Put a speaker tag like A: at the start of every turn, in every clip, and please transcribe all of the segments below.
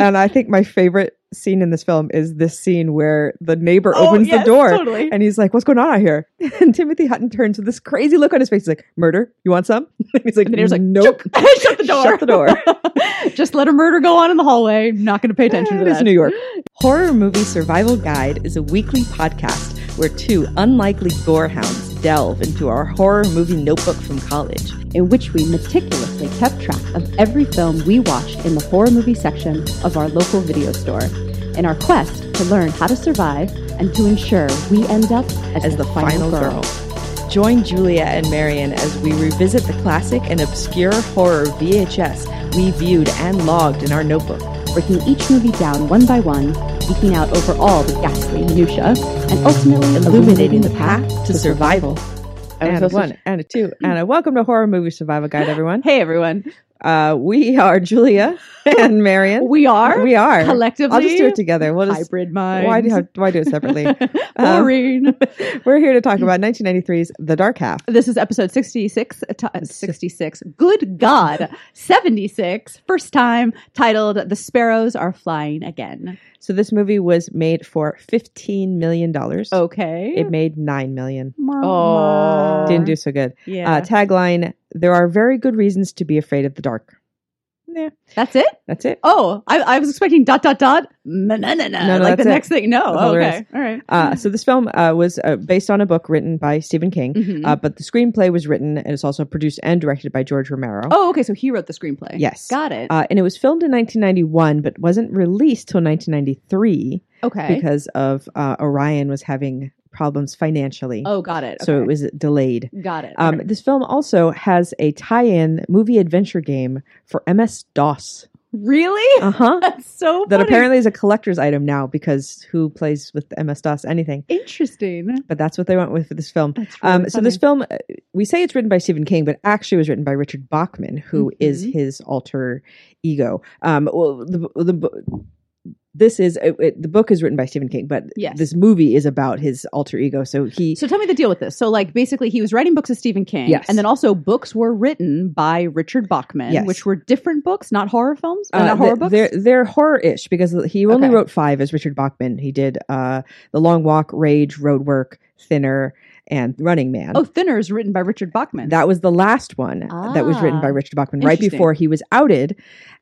A: And I think my favorite scene in this film is this scene where the neighbor
B: Oh,
A: opens
B: yes,
A: the door
B: totally.
A: and he's like, What's going on out here? And Timothy Hutton turns with this crazy look on his face. He's like, Murder? You want some? And he's like,
B: And the neighbor's like,
A: Nope.
B: Shut the door.
A: Shut the door.
B: Just let a murder go on in the hallway. I'm not going to pay attention to
A: It
B: that.
A: is New York.
C: Horror Movie Survival Guide is a weekly podcast where two unlikely gorehounds delve into our horror movie notebook from college.
D: in which we meticulously kept track of every film we watched in the horror movie section of our local video store in our quest to learn how to survive and to ensure we end up as,
C: as the final girl. Join Julia and Marion as we revisit the classic and obscure horror VHS we viewed and logged in our notebook.
D: breaking each movie down one by one, eking out over all the ghastly minutia, and ultimately illuminating the path to survival.
A: And a one, and a two, and a welcome to Horror Movie Survival Guide, everyone.
B: Hey, everyone.
A: Uh, we are Julia and Marion.
B: We are
A: We are.
B: collectively
A: I'll just do it together. We'll just,
B: hybrid minds.
A: why, do, why do it separately? Um,
B: Boring.
A: We're here to talk about 1993's The Dark Half.
B: This is episode 66, uh, ti- 66. Good God. 76, first time, titled The Sparrows Are Flying Again.
A: So this movie was made for fifteen million dollars.
B: Oh, Okay.
A: It made nine million.
B: Mama.
A: Didn't do so good.
B: Yeah.
A: Uh, tagline: There are very good reasons to be afraid of the dark. Yeah,
B: That's it?
A: that's it.
B: Oh, I, I was expecting dot, dot, dot. No, no, no.
A: No, no,
B: Like the
A: that's it.
B: next thing. No.
A: That's all
B: Oh,
A: there
B: okay. All right.
A: Uh, so this film uh, was uh, based on a book written by Stephen King,
B: Mhm.
A: uh, but the screenplay was written and it's also produced and directed by George Romero.
B: oh, okay. So he wrote the screenplay.
A: yes.
B: Got it.
A: Uh, and it was filmed in 1991, but wasn't released till 1993
B: okay.
A: because of uh, Orion was having problems financially,
B: oh, got it.
A: so
B: Okay.
A: it was delayed.
B: Got it.
A: Um,
B: Okay.
A: This film also has a tie-in movie adventure game for MS DOS.
B: really?
A: Uh huh.
B: That's so
A: that
B: funny.
A: apparently is a collector's item now because who plays with MS DOS anything?
B: interesting.
A: But that's what they went with for this film.
B: That's really
A: Um, so this
B: funny.
A: film, uh, we say it's written by Stephen King, but actually was written by Richard Bachman, who is
B: Mhm.
A: his alter ego. Um, well, the the bo- this is it, it- the book is written by Stephen King, but
B: Yes.
A: this movie is about his alter ego. So he
B: So tell me the deal with this. So like basically he was writing books of Stephen King.
A: Yes.
B: And then also books were written by Richard Bachman,
A: Yes.
B: which were different books, not horror films. Or
A: Uh,
B: not horror
A: th-
B: books.
A: They're they're horror-ish because he only
B: Okay.
A: wrote five as Richard Bachman. He did uh, The Long Walk, Rage, Road Work, Thinner, and Running Man.
B: oh, Thinner is written by Richard Bachman.
A: That was the last one that was written by
B: Ah.
A: Richard Bachman right
B: Interesting.
A: before he was outed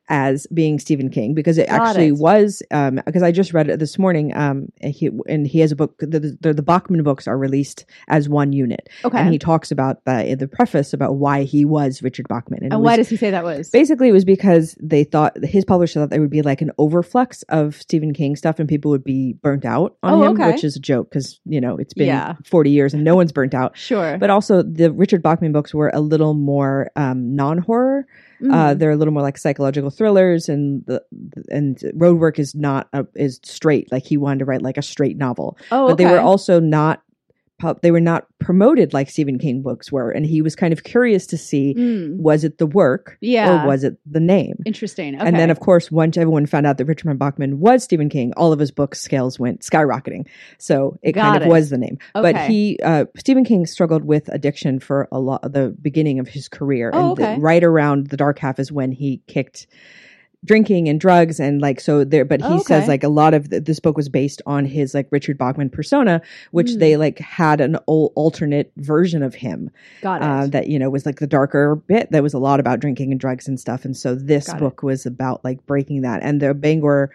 A: as being Stephen King because it
B: Got
A: actually
B: it.
A: was um because I just read it this morning um and he and he has a book the, the the Bachman books are released as one unit
B: okay.
A: and he talks about the in the preface about why he was Richard Bachman it
B: and
A: was-
B: why does he say that was?
A: Basically, it was because they thought his publisher thought there would be like an overflux of Stephen King stuff, and people would be burnt out on
B: Oh,
A: him,
B: okay.
A: which is a joke because you know it's been
B: Yeah.
A: forty years and no one's burnt out.
B: Sure.
A: But also, the Richard Bachman books were a little more um, non-horror. Uh,
B: Mm.
A: they're a little more like psychological thrillers, and the and Roadwork is not a, is straight. Like he wanted to write like a straight novel,
B: oh,
A: but they were
B: okay.
A: also not. pub- They were not promoted like Stephen King books were, and he was kind of curious to see
B: Mm.
A: was it the work
B: Yeah.
A: or was it the name?
B: Interesting. Okay.
A: And then, of course, once everyone found out that Richard M. Bachman was Stephen King, all of his book scales went skyrocketing. So it kind
B: Got
A: of
B: it.
A: was the name. But
B: Okay.
A: he, uh, Stephen King, struggled with addiction for a lot the beginning of his career,
B: Oh,
A: and the-
B: okay.
A: right around the dark half is when he kicked drinking and drugs and like so there but he
B: Oh,
A: says
B: okay.
A: like a lot of th- this book was based on his like richard bachman persona which
B: Mm.
A: they like had an ol- alternate version of him
B: got it.
A: uh, that you know was like the darker bit that was a lot about drinking and drugs and stuff. And so this
B: Got it.
A: book was about like breaking that. And the Bangor,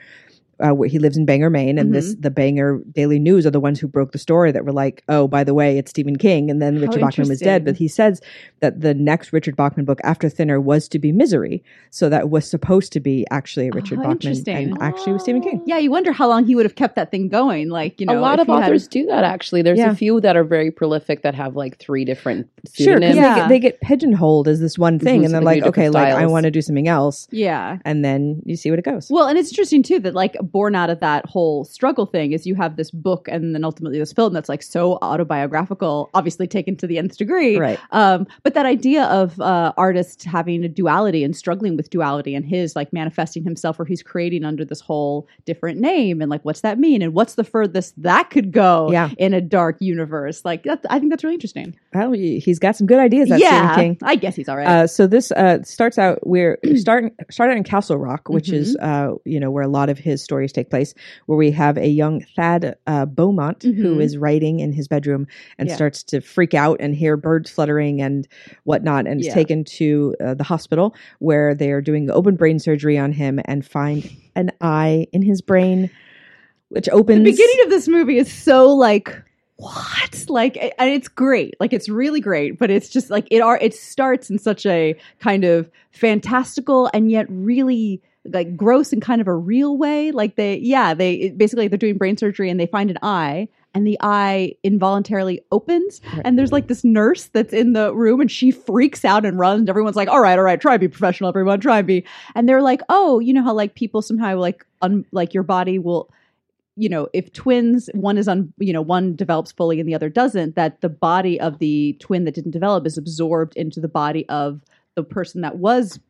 A: uh, where he lives in Bangor, Maine, and
B: Mm-hmm.
A: this the Bangor Daily News are the ones who broke the story that were like, oh, by the way, it's Stephen King, and then
B: How
A: Richard Bachman was dead. But
B: interesting.
A: he says that the next Richard Bachman book after Thinner was to be Misery, so that was supposed to be actually a Richard
B: Oh,
A: Bachman
B: interesting. Oh.
A: and actually was Stephen King.
B: yeah, you wonder how long he would have kept that thing going. Like, you know,
E: a lot
B: if
E: of
B: he had-
E: authors do that actually. There's
A: Yeah.
E: a few that are very prolific that have like three different
A: Sure,
E: pseudonyms.
A: because
B: Yeah.
A: they, get pigeonholed as this one thing,
E: Mhm,
A: and they're
E: so they do
A: like, okay,
E: different
A: like I
E: styles.
A: want to do something else,
B: yeah.
A: and then you see what it goes.
B: Well, and it's interesting too that like born out of that whole struggle thing is you have this book and then ultimately this film that's like so autobiographical, obviously taken to the nth degree.
A: right.
B: Um, but that idea of uh, artists having a duality and struggling with duality and his like manifesting himself or he's creating under this whole different name and like what's that mean and what's the furthest that could go
A: Yeah.
B: in a dark universe like that's, I think that's really interesting.
A: Well, he- he's he's got some good ideas. That Stephen
B: yeah,
A: King.
B: I guess he's all right.
A: Uh, so this uh, starts out we're starting start out in Castle Rock, which is
B: Mm-hmm.
A: uh, you know where a lot of his stories take place. Where we have a young Thad uh, Beaumont who
B: Mhm.
A: is writing in his bedroom and
B: Yeah.
A: starts to freak out and hear birds fluttering and whatnot, and is
E: Yeah.
A: taken to uh, the hospital where they are doing open brain surgery on him and find an eye in his brain, which opens.
B: the beginning of this movie is so like what like a- and it's great like it's really great but it's just like it are it starts in such a kind of fantastical and yet really like gross in kind of a real way like they yeah they it- basically they're doing brain surgery and they find an eye and the eye involuntarily opens and there's like this nurse that's in the room and she freaks out and runs and everyone's like all right all right try and be professional everyone try and be and they're like oh you know how like people somehow like un- like your body will you know, if twins, one is on, you know, one develops fully and the other doesn't, that the body of the twin that didn't develop is absorbed into the body of the person that was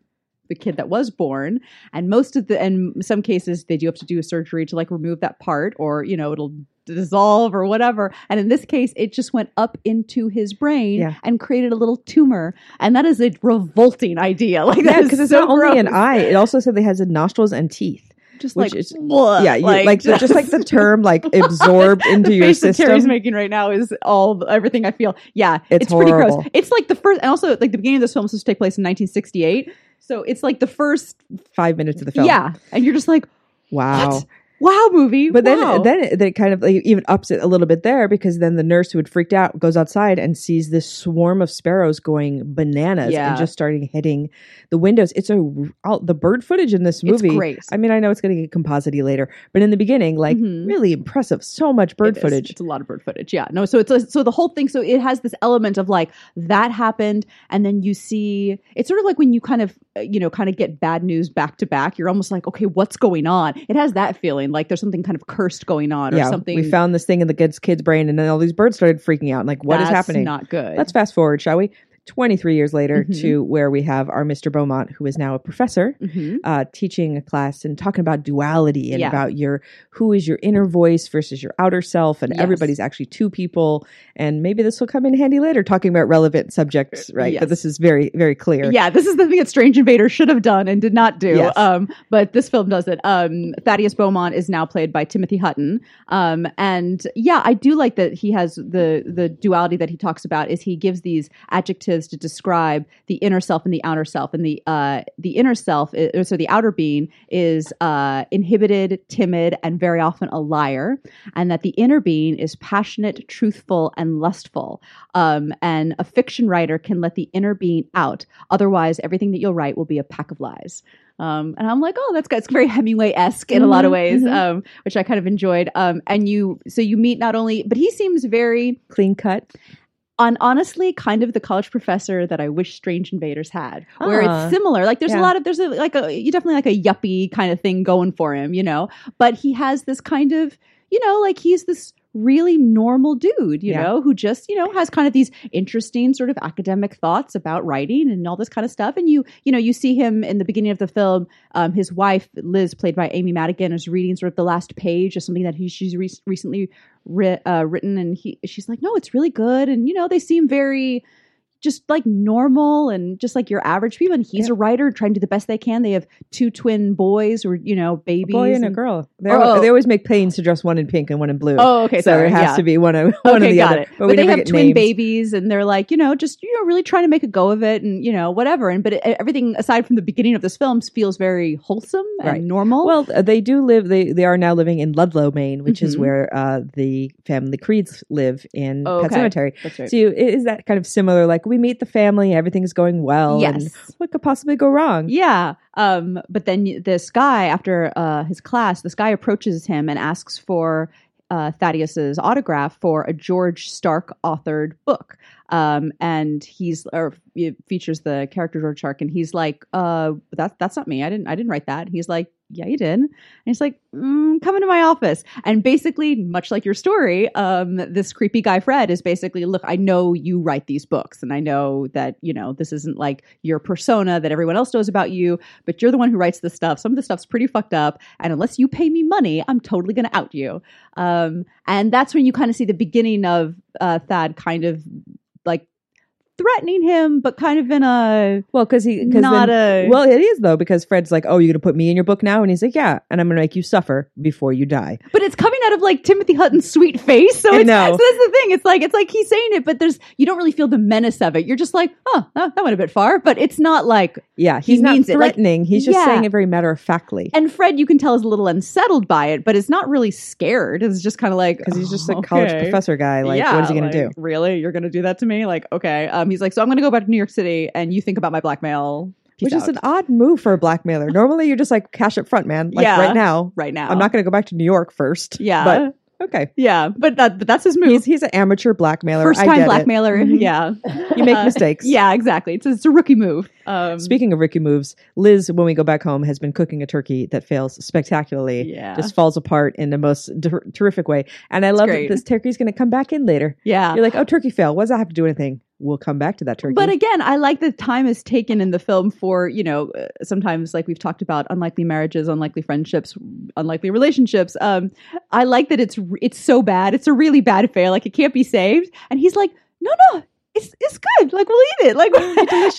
B: the kid that was born. And most of the, and in some cases, they do have to do a surgery to like remove that part or, you know, it'll dissolve or whatever. And in this case, it just went up into his brain
A: Yeah.
B: and created a little tumor. And that is a revolting idea. Like, that
A: yeah,
B: is
A: because it's
B: so
A: not only an
B: gross.
A: eye; it also said they has nostrils and teeth.
B: just
A: which
B: like,
A: is-
B: bleh,
A: yeah, you, like, the, just like the term like absorbed into
B: the
A: your
B: face that Terry's
A: system.
B: making right now is all the- everything I feel. Yeah,
A: It's
B: it's, pretty gross.
A: horrible.
B: It's like the first, and also like the beginning of this film is supposed to take place in 1968, so it's like the first.
A: five minutes of the film.
B: Yeah, and you're just like,
A: Wow.
B: What? wow, movie.
A: But then,
B: wow.
A: then it, then it kind of like, even ups it a little bit there because then the nurse who had freaked out goes outside and sees this swarm of sparrows going bananas
B: Yeah.
A: and just starting hitting the windows. It's a r- all, the bird footage in this
B: it's
A: movie.
B: great.
A: I mean, I know it's going to get composity later, but in the beginning, like
B: Mhm.
A: really impressive. So much bird
B: It is.
A: footage.
B: It's a lot of bird footage. Yeah. No. So it's so the whole thing. So it has this element of like that happened, and then you see it's sort of like when you kind of uh, you know kind of get bad news back to back. You're almost like, okay, what's going on? It has that feeling like there's something kind of cursed going on or
A: yeah,
B: something.
A: we found this thing in the kid's kid's brain, and then all these birds started freaking out. Like, what is
B: that's
A: happening?
B: Not good.
A: Let's fast forward, shall we? 23 years later
B: Mhm.
A: to where we have our Mr. Beaumont, who is now a professor,
B: Mhm.
A: uh, teaching a class and talking about duality and
B: Yeah.
A: about your who is your inner voice versus your outer self, and
B: Yes.
A: everybody's actually two people. And maybe this will come in handy later, talking about relevant subjects, right? But
B: Uh, Yes.
A: this is very, very clear.
B: Yeah, this is the thing that Strange Invader should have done and did not do.
A: Yes.
B: Um, but this film does it. Um, Thaddeus Beaumont is now played by Timothy Hutton. Um, and yeah, I do like that he has the the duality that he talks about is he gives these adjectives to describe the inner self and the outer self. And the uh, the inner self, i- or so the outer being, is uh, inhibited, timid, and very often a liar. And that the inner being is passionate, truthful, and lustful. Um, and a fiction writer can let the inner being out. Otherwise, everything that you'll write will be a pack of lies. Um, and I'm like, oh, that's good. It's very Hemingway esque in a lot of
A: Mhm,
B: ways,
A: mhm.
B: um, which I kind of enjoyed. Um, and you, so you meet not only, but he seems very,
A: Clean cut.
B: on honestly, kind of the college professor that I wish Strange Invaders had, where
A: Ah.
B: it's similar. Like, there's
A: Yeah.
B: a lot of there's a like a you definitely like a yuppie kind of thing going for him, you know. But he has this kind of you know like he's this really normal dude, you
A: Yeah.
B: know, who just you know has kind of these interesting sort of academic thoughts about writing and all this kind of stuff. And you you know you see him in the beginning of the film. Um, his wife Liz, played by Amy Madigan, is reading sort of the last page of something that he, she's re- recently ri- uh, written and he she's like no it's really good and you know they seem very just like normal and just like your average people and he's a writer trying to do the best they can they have two twin boys or you know
A: A
B: babies
A: boy and a
B: and-
A: girl. They,
B: Oh,
A: al-
B: oh.
A: they always make pains to dress one in pink and one in blue.
B: oh okay
A: so
B: sorry
A: it has
B: yeah.
A: to be one of one
B: okay,
A: of the
B: got
A: other.
B: It.
A: But,
B: But,
A: we
B: they
A: never
B: have
A: get
B: twin
A: names.
B: babies, and they're like, you know, just you know, really trying to make a go of it, and you know, whatever. And but it, everything aside from the beginning of this film feels very wholesome and
A: Right.
B: normal.
A: Well, uh, they do live. They they are now living in Ludlow, Maine, which is
B: Mhm.
A: where uh, the family Creeds live in Pet
B: Oh, Okay.
A: Cemetery.
B: that's right.
A: So you, it is that kind of similar? Like we meet the family, everything's going well.
B: yes.
A: and what could possibly go wrong?
B: Yeah. Um, but then y- this guy, after uh, his class, this guy approaches him and asks for uh, Thaddeus's autograph for a George Stark authored book. Um, and he's or it features the character George Stark, and he's like, uh, "That's that's not me. I didn't I didn't write that." And he's like, "Yeah, you did." And he's like, mm, "Come into my office." And basically, much like your story, um, this creepy guy Fred is basically, "Look, I know you write these books, and I know that you know this isn't like your persona that everyone else knows about you, but you're the one who writes this stuff. Some of the stuff's pretty fucked up, and unless you pay me money, I'm totally gonna out you." Um, and that's when you kind of see the beginning of uh, Thad kind of like threatening him, but kind of in a
A: Well, because he cause
B: not
A: then-
B: a
A: well, it is though because Fred's like, "Oh, you're gonna put me in your book now," and he's like, "Yeah," and I'm gonna make you suffer before you die.
B: But it's coming out of like Timothy Hutton's sweet face. So,
A: I
B: it's,
A: know.
B: so that's the thing. It's like it's like he's saying it, but there's you don't really feel the menace of it. You're just like, oh, oh that went a bit far. But it's not like
A: Yeah,
B: He
A: he's not
B: means it, like-
A: threatening. he's just
B: Yeah.
A: saying it very matter of factly.
B: and Fred, you can tell is a little unsettled by it, but it's not really scared. It's just kind of like
A: Because he's just a
B: "Oh,
A: college
B: okay."
A: professor guy. Like,
B: Yeah,
A: what is he gonna
B: like,
A: do?
B: Really? You're gonna do that to me? Like, okay. Um he's like, so I'm gonna go back to New York City and you think about my blackmail. Peace
A: Which is
B: out."
A: an odd move for a blackmailer. Normally, you're just like cash up front, man. Like
B: Yeah.
A: right now,
B: right now.
A: I'm not gonna go back to New York first.
B: Yeah.
A: but okay.
B: yeah, but that but that's his move.
A: He's he's an amateur blackmailer.
B: First
A: I
B: time
A: get it.
B: blackmailer.
A: Mhm.
B: Yeah.
A: You make
B: Uh,
A: mistakes.
B: Yeah, exactly. It's a, it's a rookie move. Um,
A: Speaking of Ricky moves, Liz, when we go back home, has been cooking a turkey that fails spectacularly.
B: yeah,
A: Just falls apart in the most ter- terrific way. And I love
B: great.
A: that this turkey's going to come back in later.
B: yeah.
A: You're like, oh, turkey fail. What does that have to do with anything? We'll come back to that turkey.
B: But again, I like the time is taken in the film for you know uh, sometimes like we've talked about unlikely marriages, unlikely friendships, unlikely relationships. Um, I like that it's r- it's so bad. It's a really bad fail. Like it can't be saved. And he's like, no, no. It's, it's good. Like we'll eat it. Like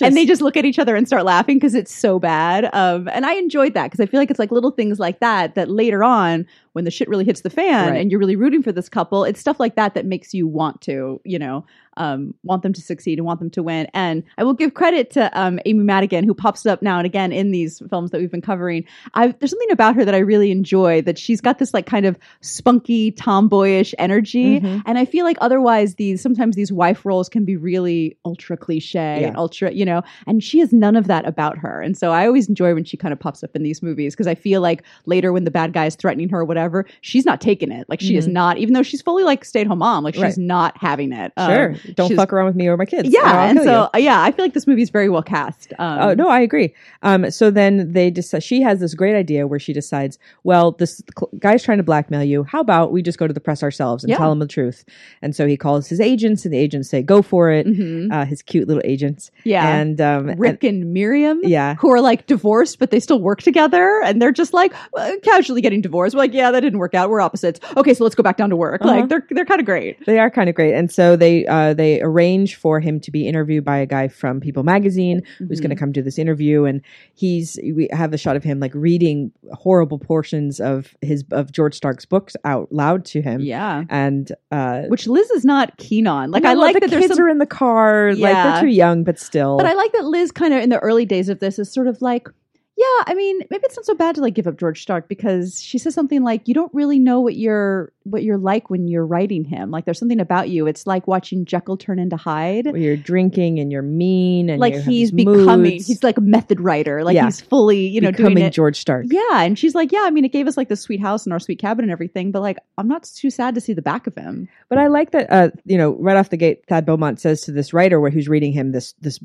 B: and they just look at each other and start laughing because it's so bad. Um, and I enjoyed that because I feel like it's like little things like that that later on when the shit really hits the fan
A: Right.
B: and you're really rooting for this couple, it's stuff like that that makes you want to, you know, um, want them to succeed and want them to win. And I will give credit to um, Amy Madigan, who pops up now and again in these films that we've been covering. I, there's something about her that I really enjoy that she's got this like kind of spunky, tomboyish energy.
A: Mhm.
B: And I feel like otherwise these sometimes these wife roles can be really ultra cliche
A: Yeah.
B: and ultra, you know, and she has none of that about her. And so I always enjoy when she kind of pops up in these movies because I feel like later when the bad guy is threatening her or whatever, she's not taking it. Like she is not, even though she's fully like stay at home mom, like she's
A: Mm-hmm. Right.
B: not having it. Um,
A: sure, don't
B: she's-
A: fuck around with me or my kids. or I'll
B: yeah, and
A: kill you.
B: so uh, yeah, I feel like this movie's very well cast. Um,
A: Oh no, I agree. Um, so then they decide. She has this great idea where she decides, well, this cl- guy's trying to blackmail you. How about we just go to the press ourselves and
B: Yeah.
A: tell him the truth? And so he calls his agents, and the agents say, "Go for it."
B: Mhm.
A: Uh, his cute little agents,
B: yeah,
A: and um,
B: Rick and Miriam.
A: and- yeah,
B: Who are like divorced, but they still work together, and they're just like uh, casually getting divorced. We're like, yeah, that didn't work out. We're opposites. Okay, so let's go back down to work.
A: Uh-huh.
B: Like they're they're kind of great.
A: they are kind of great. And so they uh, they arrange for him to be interviewed by a guy from People Magazine who's
B: Mm-hmm.
A: going to come do this interview and he's we have a shot of him like reading horrible portions of his of George Stark's books out loud to him
B: Mm-hmm. Yeah,
A: and uh
B: which Liz is not keen on. Like
A: No,
B: I
A: no,
B: like
A: the
B: that there's
A: kids
B: some
A: are in the car. Like
B: Yeah.
A: they're too young, but still.
B: But I like that Liz kind of in the early days of this is sort of like, yeah, I mean, maybe it's not so bad to like give up George Stark because she says something like, "You don't really know what you're what you're like when you're writing him. Like, there's something about you. It's like watching Jekyll turn into Hyde.
A: Where you're drinking and you're mean and
B: like
A: you have
B: he's
A: these
B: becoming.
A: moods.
B: He's like a method writer. Like
A: Yeah.
B: he's fully, you know,
A: becoming
B: doing it.
A: George Stark.
B: yeah, and she's like, yeah, I mean, it gave us like this sweet house and our sweet cabin and everything, but like, I'm not too sad to see the back of him.
A: But I like that. Uh, you know, right off the gate, Thad Beaumont says to this writer, where who's reading him this this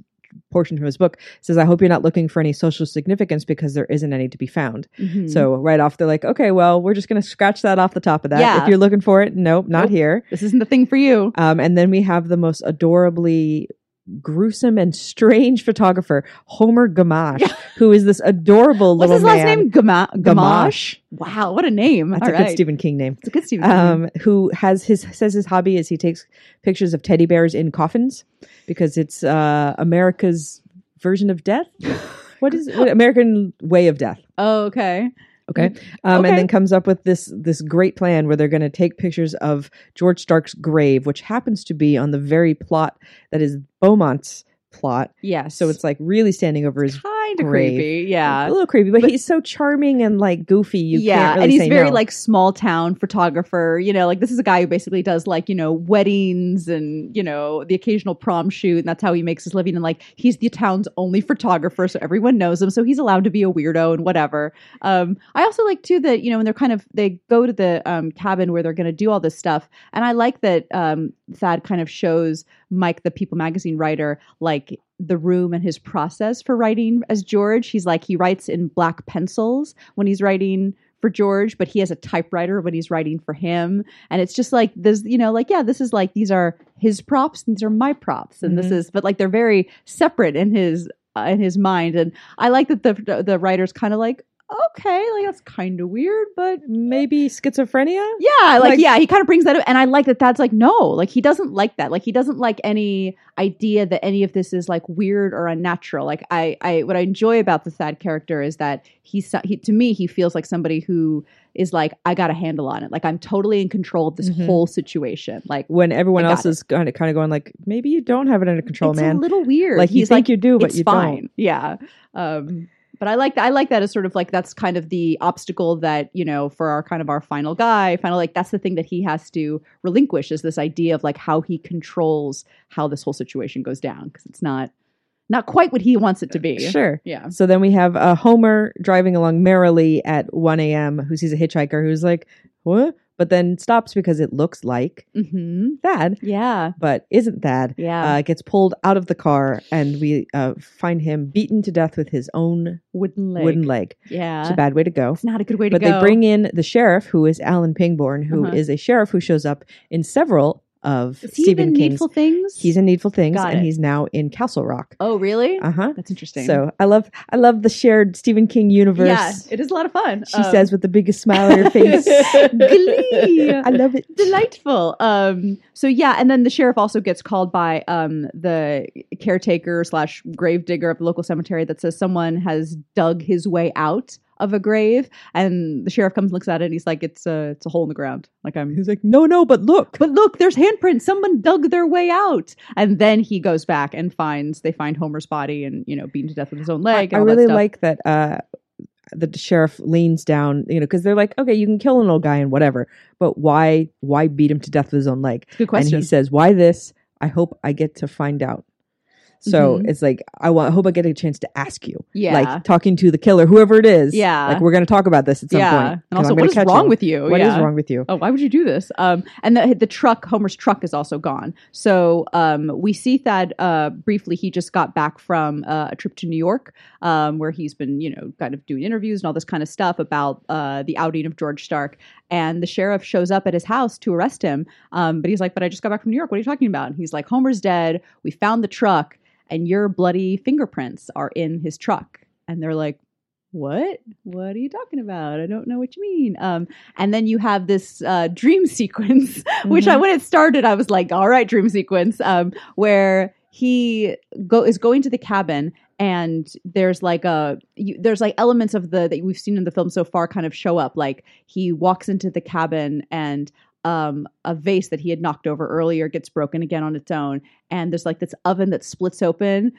A: portion from his book, says, "I hope you're not looking for any social significance because there isn't any to be found."
B: Hmm. Mm-hmm.
A: So right off, they're like, "Okay, well, we're just going to scratch that off the top of that.
B: Yeah.
A: If you're looking for it, nope, not
B: Nope.
A: here."
B: this isn't the thing for you.
A: Um, and then we have the most adorably gruesome and strange photographer, Homer Gamash,
B: Yeah.
A: who is this adorable
B: What's
A: little
B: his last
A: man.
B: name? Gama- Gamash.
A: Gamache.
B: Wow, what a name!
A: That's
B: All
A: a
B: right.
A: good Stephen King name.
B: It's a good Stephen. King.
A: Um, who has his says his hobby is he takes pictures of teddy bears in coffins because it's uh, America's version of death. What is what, American way of death?
B: oh, okay.
A: Okay. Um,
B: Okay.
A: And then comes up with this this great plan where they're going to take pictures of George Stark's grave, which happens to be on the very plot that is Beaumont's plot.
B: Yeah.
A: So it's like really standing over his
B: kind of
A: grave.
B: creepy.
A: a
B: Yeah.
A: little creepy, but,
B: But-
A: he's so charming and like goofy. You
B: yeah,
A: can't really
B: and he's
A: say
B: very
A: no.
B: like small town photographer. You know, like this is a guy who basically does like you know weddings and you know the occasional prom shoot, and that's how he makes his living. And like he's the town's only photographer, so everyone knows him. So he's allowed to be a weirdo and whatever. Um, I also like too that you know when they're kind of they go to the um, cabin where they're going to do all this stuff, and I like that um, Thad kind of shows Mike, the People magazine writer, like the room and his process for writing as George. He's like he writes in black pencils when he's writing for George, but he has a typewriter when he's writing for him. And it's just like this, you know, like yeah, this is like these are his props, and these are my props, and this
A: Mhm.
B: is, but like they're very separate in his uh, in his mind. And I like that the the writer's kind of like. okay, like that's kind of weird, but
A: Maybe schizophrenia?
B: yeah, like,
A: Like-
B: yeah, he kind of brings that up, and I like that. That's like no, like he doesn't like that. Like he doesn't like any idea that any of this is like weird or unnatural. Like I, I what I enjoy about the Thad character is that he's so- he, to me he feels like somebody who is like I got a handle on it. Like I'm totally in control of this
A: Mhm.
B: whole situation. Like
A: When everyone
B: I got
A: else
B: it.
A: is kind of kind of going like, maybe you don't have it under control,
B: it's
A: man.
B: a little weird.
A: like you
B: he's
A: think
B: like
A: you do, but
B: it's
A: you
B: fine.
A: don't.
B: Yeah. Um, but I like that. I like that as sort of like that's kind of the obstacle that you know for our kind of our final guy, final like that's the thing that he has to relinquish is this idea of like how he controls how this whole situation goes down because it's not not quite what he wants it to be.
A: Uh, Sure.
B: Yeah.
A: So then we have uh, Homer driving along merrily at 1 a.m. who sees a hitchhiker who's like, what? But then stops because it looks like
B: hmm
A: Thad,
B: Yeah.
A: but isn't Thad.
B: Yeah.
A: Uh, gets pulled out of the car and we uh, find him beaten to death with his own
B: wooden leg. Uh.
A: wooden leg. It's
B: Yeah.
A: a bad way to go.
B: It's not a good way
A: But
B: to go.
A: they bring in the sheriff, who is Alan Pingborn, who is
B: Uh-huh.
A: a sheriff who shows up in several of
B: Is he
A: Stephen
B: even
A: King's.
B: needful things.
A: He's in Needful Things,
B: Got
A: and
B: it.
A: he's now in Castle Rock.
B: oh really?
A: Uh huh.
B: that's interesting.
A: So I love I love the shared Stephen King universe.
B: yeah, it is a lot of fun.
A: she
B: Um,
A: says with the biggest smile on her face.
B: Glee.
A: I love it.
B: delightful um so yeah and then the sheriff also gets called by um the caretaker slash grave digger of the local cemetery that says someone has dug his way out of a grave and the sheriff comes and looks at it and he's like it's a it's a hole in the ground like i'm
A: He's like, no, no, but look.
B: but look there's handprints someone dug their way out and then he goes back and finds they find homer's body and you know beaten to death with his own leg
A: I
B: and all that
A: really
B: stuff.
A: like that. Uh, the sheriff leans down, you know, because they're like, okay, you can kill an old guy and whatever, but why, why beat him to death with his own leg?
B: It's a good question
A: And he says, "Why this? I hope I get to find out." So
B: Mhm.
A: it's like I want. I hope I get a chance to ask you,
B: yeah
A: like talking to the killer, whoever it is.
B: Yeah.
A: like we're going to talk about this at some
B: yeah
A: point.
B: and also what is wrong with you
A: What is
B: Yeah.
A: wrong with you?
B: Oh, why would you do this? Um, and the, the truck, Homer's truck, is also gone. So um, we see Thad uh, briefly. He just got back from uh, a trip to New York, um, where he's been, you know, kind of doing interviews and all this kind of stuff about uh, the outing of George Stark. And the sheriff shows up at his house to arrest him. Um, but he's like, "But I just got back from New York. What are you talking about?" And he's like, "Homer's dead. We found the truck, and your bloody fingerprints are in his truck." And they're like. What? What are you talking about? I don't know what you mean. Um, and then you have this uh, dream sequence, which I, when it started, I was like, "All right, dream sequence," um, where he go is going to the cabin, and there's like a you, there's like elements of the that we've seen in the film so far kind of show up. Like he walks into the cabin and. Um, a vase that he had knocked over earlier gets broken again on its own, and there's like this oven that splits open,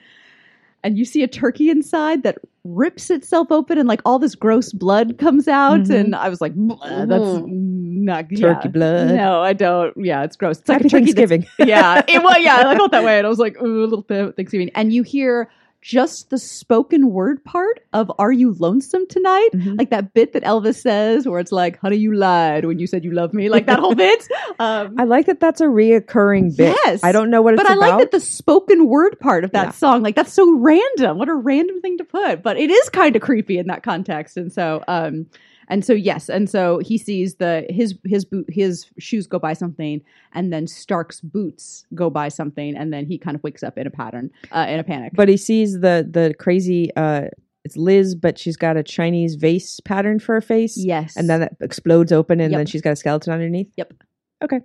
B: and you see a turkey inside that rips itself open, and like all this gross blood comes out.
A: Mhm.
B: And I was like, "Bleh, Uh, that's not good.
A: Mm. Turkey
B: yeah.
A: blood.
B: No, I don't. Yeah, it's gross. It's like
A: Happy
B: a turkey. that's-
A: Thanksgiving.
B: yeah, it was. Yeah, I felt that way, and I was like, ooh, a little bit of Thanksgiving. And you hear just the spoken word part of "Are you lonesome tonight?"
A: Mhm.
B: Like that bit that Elvis says, where it's like, "Honey, you lied when you said you love me." Like that whole bit. Um,
A: I like that. That's a reoccurring bit.
B: Yes.
A: I don't know what it's
B: but I
A: about.
B: like that the spoken word part of that
A: Yeah.
B: song, like that's so random. What a random thing to put, but it is kind of creepy in that context. And so, um, and so yes, and so he sees the his his boot his shoes go by something, and then Stark's boots go by something, and then he kind of wakes up in a pattern, uh, in a panic.
A: but he sees the the crazy. uh It's Liz, but she's got a Chinese vase pattern for her face.
B: yes,
A: And then that explodes open, and
B: Yep.
A: then she's got a skeleton underneath.
B: okay,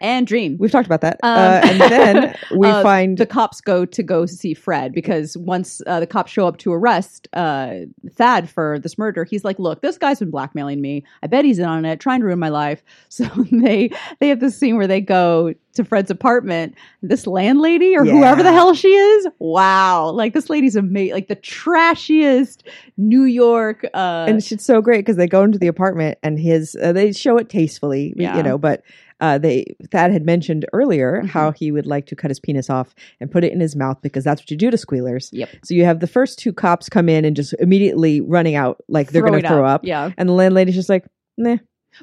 B: and dream.
A: We've talked about that.
B: Um,
A: uh, and then we
B: uh,
A: find
B: the cops go to go see Fred because once uh, the cops show up to arrest uh, Thad for this murder, he's like, "Look, this guy's been blackmailing me. I bet he's in on it, trying to ruin my life." So they they have this scene where they go to Fred's apartment. This landlady or whoever the
A: Yeah.
B: hell she is, wow! Like this lady's amazing, like the trashiest New York. Uh,
A: and it's so great because they go into the apartment and his uh, they show it tastefully
B: Yeah.
A: you know but uh, they thad had mentioned earlier how
B: Mm-hmm.
A: he would like to cut his penis off and put it in his mouth because that's what you do to squealers
B: Yep.
A: so you have the first two cops come in and just immediately running out like they're gonna
B: it
A: throw up,
B: Yeah,
A: and the landlady's just like nah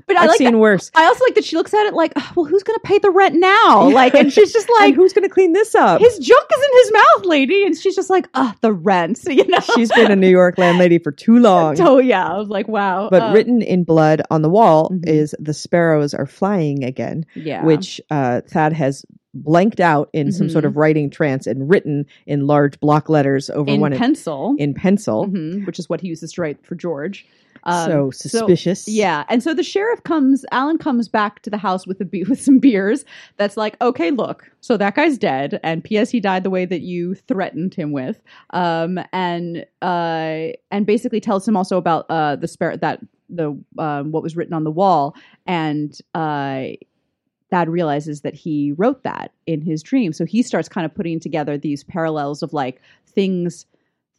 B: but I
A: i've
B: like.
A: seen
B: that-
A: worse
B: I also like that she looks at it like, "Ugh, well, who's going to pay the rent now?
A: Yeah.
B: Like, and she's just
A: like
B: like,
A: who's gonna clean this up
B: his junk is in his mouth, lady. And she's just like, ah, the rent, you know?
A: she's been a new york landlady for too long
B: So yeah, I was like, wow.
A: but
B: uh,
A: written in blood on the wall
B: Mhm.
A: is the sparrows are flying again
B: yeah.
A: which uh, Thad has blanked out in some sort
B: Mhm.
A: of writing trance and written in large block letters over
B: in
A: one
B: pencil,
A: in pencil.
B: mhm, which is what he uses to write for George. Um,
A: so suspicious.
B: yeah, and so the sheriff comes. Alan comes back to the house with a be- with some beers. That's like, okay, look, so that guy's dead, and P.S. He died the way that you threatened him with. Um, and uh, and basically tells him also about uh the spare that the um what was written on the wall, and uh. Thad realizes that he wrote that in his dream, so he starts kind of putting together these parallels of like things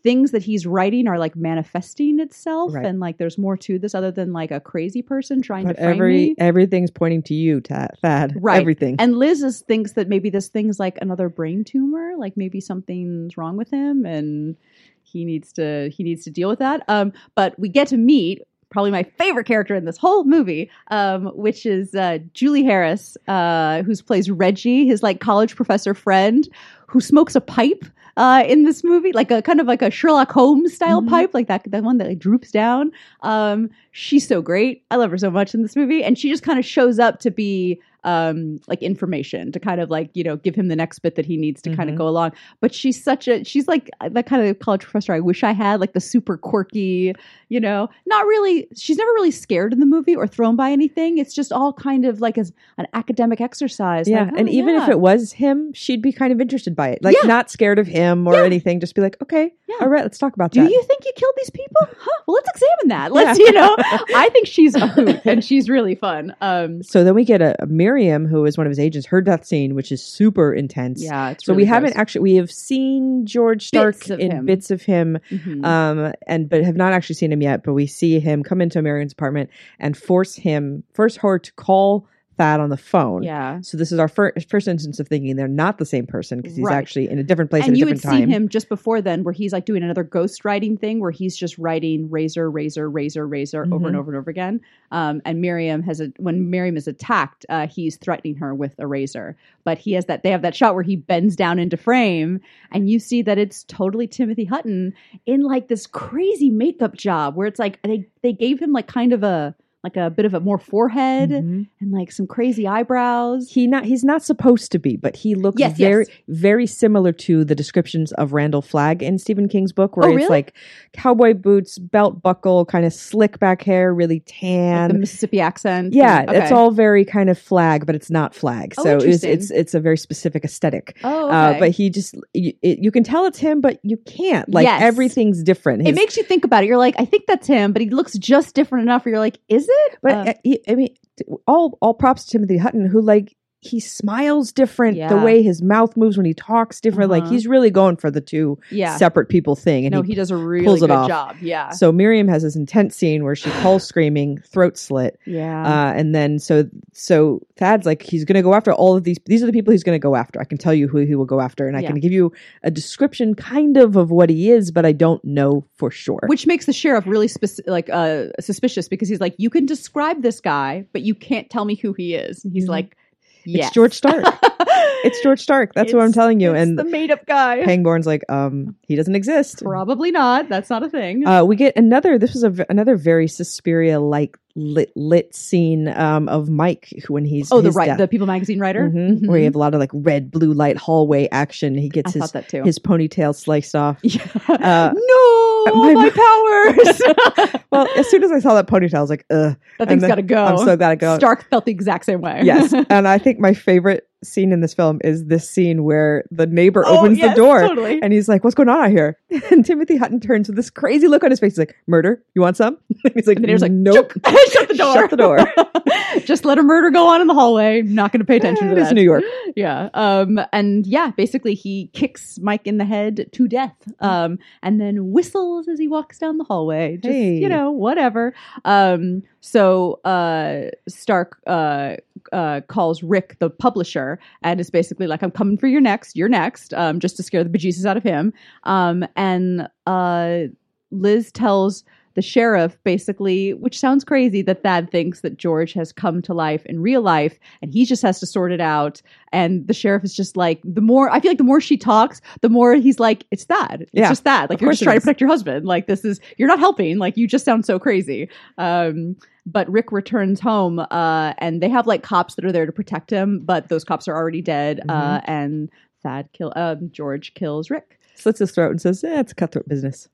B: things that he's writing are like manifesting itself
A: Right.
B: and like there's more to this other than like a crazy person trying
A: But
B: to frame
A: every
B: me.
A: everything's pointing to you, Ta- Thad.
B: Right.
A: Everything.
B: and Liz is, thinks that maybe this thing's like another brain tumor, like maybe something's wrong with him, and he needs to he needs to deal with that. Um, but we get to meet probably my favorite character in this whole movie, um, which is uh, Julie Harris, uh, who plays Reggie, his like college professor friend, who smokes a pipe uh, in this movie, like a kind of like a Sherlock Holmes style
A: Mhm.
B: pipe, like that that one that like droops down. Um, she's so great. I love her so much in this movie, and she just kind of shows up to be um like information to kind of like you know give him the next bit that he needs to kind of
A: Mhm.
B: go along but she's such a she's like uh, that kind of college professor i wish i had like the super quirky you know not really she's never really scared in the movie or thrown by anything it's just all kind of like as an academic exercise
A: yeah,
B: Like, oh,
A: and even
B: yeah.
A: if it was him, she'd be kind of interested by it. Like
B: Yeah.
A: not scared of him or anything. Just be like, okay,
B: Yeah.
A: all right, let's talk about
B: Do
A: that.
B: you think you killed these people? Huh. Well, let's examine that. Let's, you know, I think she's a hoot and she's really fun. Um,
A: So then we get a, a Miriam, who is one of his agents, her death scene, which is super intense.
B: yeah. It's
A: So
B: really
A: we haven't
B: gross.
A: actually we have seen George Stark
B: Bits of
A: in
B: him.
A: bits of him,
B: Mhm.
A: um, and but have not actually seen him yet. But we see him come into Miriam's apartment and force him, force her to call Thad on the phone.
B: yeah.
A: So this is our first, first instance of thinking they're not the same person because he's
B: Right.
A: actually in a different place at
B: And
A: a
B: you had
A: different
B: seen
A: time.
B: him just before then, where he's like doing another ghost writing thing, where he's just writing razor, razor, razor, razor over and
A: Mhm.
B: over and over again. Um, and Miriam has a when Miriam is attacked, uh, he's threatening her with a razor. But he has that they have that shot where he bends down into frame, and you see that it's totally Timothy Hutton in like this crazy makeup job, where it's like they they gave him like kind of a like a bit of a more forehead
A: Mhm.
B: and like some crazy eyebrows.
A: He not he's not supposed to be, but he looks
B: Yes,
A: very
B: yes.
A: very similar to the descriptions of Randall Flagg in Stephen King's book, where
B: Oh,
A: it's
B: really?
A: like cowboy boots, belt buckle, kind of slick back hair, really
B: Like
A: tan.
B: the Mississippi accent.
A: yeah,
B: Mm, Okay.
A: it's all very kind of flag, but it's not flag.
B: Oh,
A: so it's
B: interesting.
A: it's it's a very specific aesthetic.
B: Oh,
A: Uh,
B: okay.
A: but he just you, it, you can tell it's him, but you can't. Like
B: Yes.
A: everything's different.
B: it
A: His-
B: makes you think about it. You're like, I think that's him, but he looks just different enough. Where you're like, is it?
A: But
B: Uh,
A: uh, he, I mean, t- all all props to Timothy Hutton, who like he smiles different. The
B: Yeah.
A: way his mouth moves when he talks different. Like
B: Uh-huh.
A: he's really going for the two
B: Yeah.
A: separate people thing. And
B: no,
A: he,
B: he, does a really
A: pulls it
B: good
A: off.
B: job. Yeah.
A: so Miriam has this intense scene where she calls screaming, throat slit,
B: Yeah.
A: uh, and then so so Thad's like he's gonna go after all of these. These are the people he's gonna go after. I can tell you who he will go after, and I
B: Yeah.
A: can give you a description kind of of what he is, but I don't know for sure.
B: Which makes the sheriff really speci- like uh, suspicious because he's like, you can describe this guy, but you can't tell me who he is. And he's
A: Mhm.
B: like, yes.
A: it's George Stark. it's George Stark. That's what I'm
B: It's-
A: telling you.
B: it's
A: And
B: the made up guy.
A: Pangborn's like, um, he doesn't exist.
B: Probably not. That's not a thing.
A: Uh, we get another. This is a v- another very Suspiria like lit lit scene um, of Mike who- when he's
B: oh, the
A: his
B: right,
A: death.
B: the People Magazine writer.
A: Mhm,
B: Mhm.
A: where you have a lot of like red blue light hallway action. He
B: I
A: gets
B: thought
A: his
B: that too.
A: his ponytail sliced off.
B: Yeah.
A: Uh,
B: no,
A: my-
B: my, powers.
A: Well, as soon as I saw that ponytail, I was like, ugh,
B: that thing's
A: then
B: got to go.
A: I'm so glad I got.
B: Stark felt the exact same way.
A: yes, and I think my favorite scene in this film is this scene where the neighbor
B: Oh,
A: opens
B: yes,
A: the door.
B: Totally.
A: And he's like, "What's going on out here?" And Timothy Hutton turns with this crazy look on his face. He's like, "Murder? You want some?" And he's like,
B: And the neighbor's like,
A: "Nope."
B: "Chook." Shut the door.
A: Shut the door.
B: Just let a murder go on in the hallway. Not going to pay attention to
A: It is
B: that.
A: New York.
B: Yeah. Um, and yeah, basically he kicks Mike in the head to death. Um, and then whistles as he walks down the hallway. Just,
A: Hey.
B: you know, whatever. Um, so, uh, Stark, uh, uh, calls Rick, the publisher, and is basically like, I'm coming for your next, you're next, um, just to scare the bejesus out of him. Um, and, uh, Liz tells the sheriff basically, which sounds crazy, that Thad thinks that George has come to life in real life and he just has to sort it out. And the sheriff is just like, the more I feel like the more she talks, the more he's like, it's Thad. It's
A: Yeah.
B: just Thad. Like,
A: Of
B: you're
A: course
B: just
A: it
B: trying
A: is.
B: to protect your husband. Like, this is, you're not helping. Like, you just sound so crazy. Um, but Rick returns home uh, and they have like cops that are there to protect him, but those cops are already dead.
A: Mm-hmm.
B: Uh, and Thad kill, um, George kills Rick.
A: slits his throat and says, eh, "It's cutthroat business."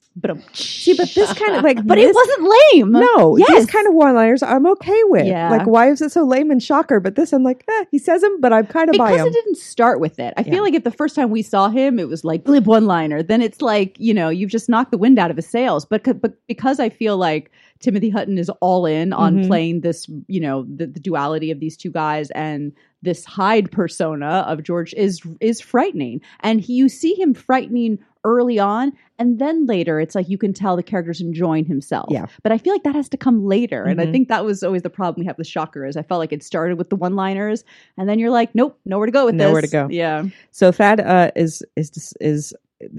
A: See, but this kind of like
B: but
A: this,
B: it wasn't lame.
A: no.
B: Yes.
A: These kind of one-liners I'm okay with.
B: Yeah.
A: Like, why is it so lame and shocker? But this, I'm like, eh, he says them, but I'm kind of by
B: because
A: him.
B: it didn't start with it. I
A: Yeah.
B: feel like if the first time we saw him, it was like glib one liner. Then it's like you know you've just knocked the wind out of his sails. But c- but because I feel like Timothy Hutton is all in on
A: Mhm.
B: playing this you know the, the duality of these two guys and this Hyde persona of George is is frightening. And he, you see him frightening early on and then later it's like you can tell the character's enjoying himself
A: Yeah.
B: but i feel like that has to come later and i
A: Mhm.
B: think that was always the problem we have with shocker is i felt like it started with the one liners and then you're like, nope, nowhere to go with
A: Nowhere
B: this.
A: to go.
B: Yeah.
A: So Thad uh, is is dis- is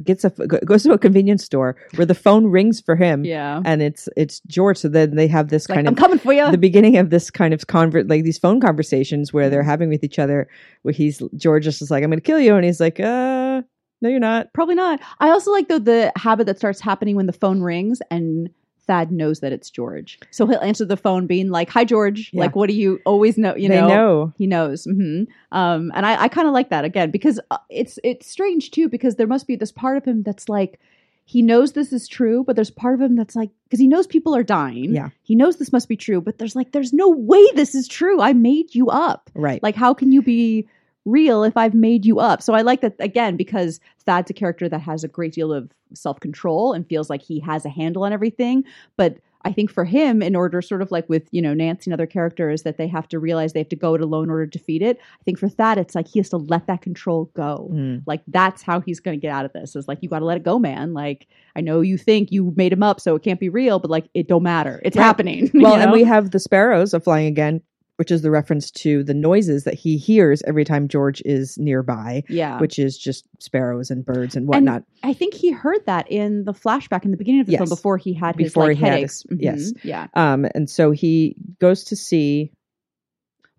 A: gets a goes to a convenience store where the phone rings for him,
B: Yeah.
A: and it's it's George. So then they have this
B: Like,
A: kind
B: I'm
A: of
B: coming for you.
A: the beginning of this kind of convert like these phone conversations where
B: Mm-hmm.
A: they're having with each other where he's George is just like I'm gonna kill you and he's like uh no you're not
B: Probably not. I also like, though, the habit that starts happening when the phone rings and Thad knows that it's George. So he'll answer the phone being like, hi, George.
A: Yeah.
B: Like, what do you always know? You
A: they know,
B: He knows. hmm Um, and I, I kind of like that again because uh, it's it's strange too because there must be this part of him that's like he knows this is true, but there's part of him that's like because he knows people are dying.
A: Yeah.
B: he knows this must be true, but there's like there's no way this is true. I made you up.
A: right
B: Like how can you be real if I've made you up? So I like that again because Thad's a character that has a great deal of self control and feels like he has a handle on everything, but I think for him, in order, sort of like with you know Nancy and other characters, that they have to realize they have to go it alone in order to defeat it. I think for Thad, it's like he has to let that control go.
A: Mm.
B: Like that's how he's going to get out of this. Is like you got to let it go, man. Like I know you think you made him up, so it can't be real, but like it don't matter. It's
A: Right.
B: happening. you
A: well and
B: know?
A: we have the sparrows are flying again which is the reference to the noises that he hears every time George is nearby
B: yeah.
A: which is just sparrows and birds and whatnot
B: I think he heard that in the flashback in the beginning of the
A: Yes.
B: film before he had his
A: Before
B: like,
A: he had
B: headaches.
A: his- yes.
B: Mhm. yeah.
A: um and so he goes to see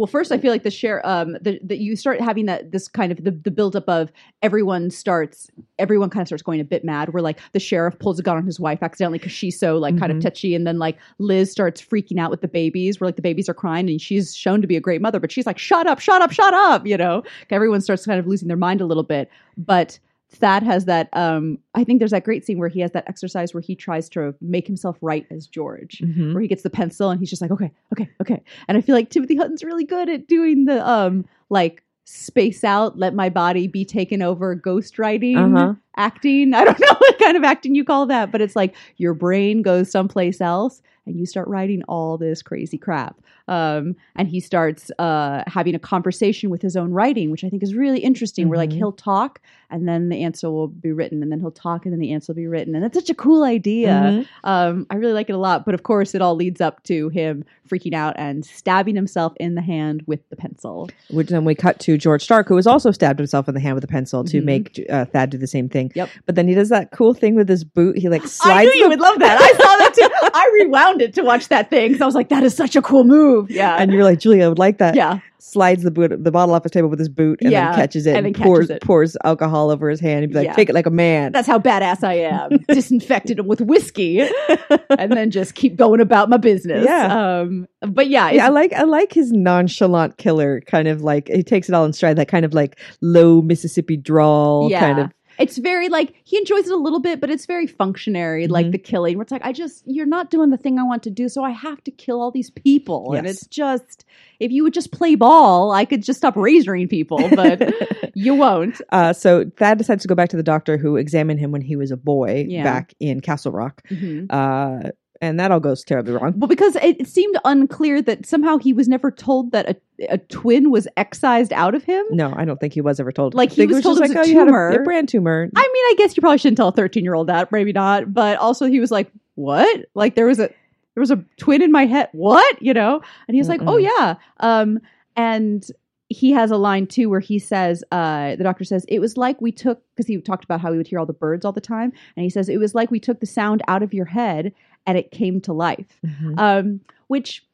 B: Well, first I feel like the share um the, the you start having that this kind of the, the buildup of everyone starts everyone kind of starts going a bit mad. Where like the sheriff pulls a gun on his wife accidentally because she's so like kind of
A: Mhm.
B: touchy, and then like Liz starts freaking out with the babies. Where like the babies are crying and she's shown to be a great mother, but she's like, "Shut up, shut up, shut up!" You know, everyone starts kind of losing their mind a little bit, but. Thad has that. Um, I think there's that great scene where he has that exercise where he tries to make himself right as George,
A: Mm-hmm.
B: where he gets the pencil and he's just like, okay, okay, okay. And I feel like Timothy Hutton's really good at doing the um like space out, let my body be taken over, ghost writing,
A: Uh-huh.
B: acting. I don't know what kind of acting you call that, but it's like your brain goes someplace else and you start writing all this crazy crap. Um, and he starts uh, having a conversation with his own writing, which I think is really interesting. Where like
A: Mhm.
B: he'll talk and then the answer will be written, and then he'll talk and then the answer will be written, and that's such a cool idea.
A: Mhm.
B: Um, I really like it a lot, but of course, it all leads up to him freaking out and stabbing himself in the hand with the pencil.
A: which then we cut to George Stark, who has also stabbed himself in the hand with a pencil to
B: Mhm.
A: make uh, Thad do the same thing.
B: Yep.
A: But then he does that cool thing with his boot. He like
B: I
A: slides.
B: knew you
A: the-
B: would love that. I saw that too. I rewound it to watch that thing because I was like, that is such a cool move. Yeah.
A: and you're like, Julia would like that.
B: yeah.
A: Slides the boot, the bottle off his table with his boot, and
B: Yeah,
A: then catches it
B: and
A: and,
B: then
A: pours
B: catches it.
A: pours alcohol over his hand and be like,
B: Yeah.
A: take it like a man.
B: That's how badass I am. Disinfected with whiskey and then just keep going about my business.
A: Yeah.
B: Um, but yeah, it's
A: yeah, I like I like his nonchalant killer kind of like he takes it all in stride, that kind of like low Mississippi drawl kind of.
B: It's very like he enjoys it a little bit, but it's very functionary, like
A: Mhm.
B: the killing. Where it's like I just you're not doing the thing I want to do, so I have to kill all these people, and
A: Yes.
B: it's just if you would just play ball, I could just stop razering people, but you won't.
A: Uh, so Thad decides to go back to the doctor who examined him when he was a boy
B: Yeah.
A: back in Castle Rock,
B: Mhm.
A: uh, and that all goes terribly wrong.
B: Well, because it, it seemed unclear that somehow he was never told that a, a twin was excised out of him.
A: No, I don't think he was ever told. I
B: Like, he
A: think it
B: was told it
A: just
B: was
A: like,
B: a
A: oh, you had a- a,
B: tumor.
A: brand tumor.
B: I mean, I guess you probably shouldn't tell a 13 year old that, maybe not. But also, he was like, "What? Like there was a there was a twin in my head. What? You know?" And he was like, "Oh yeah." Um, and he has a line too where he says, uh, "The doctor says it was like we took because he talked about how he would hear all the birds all the time, and he says it was like we took the sound out of your head and it came to life."
A: Mhm.
B: um, which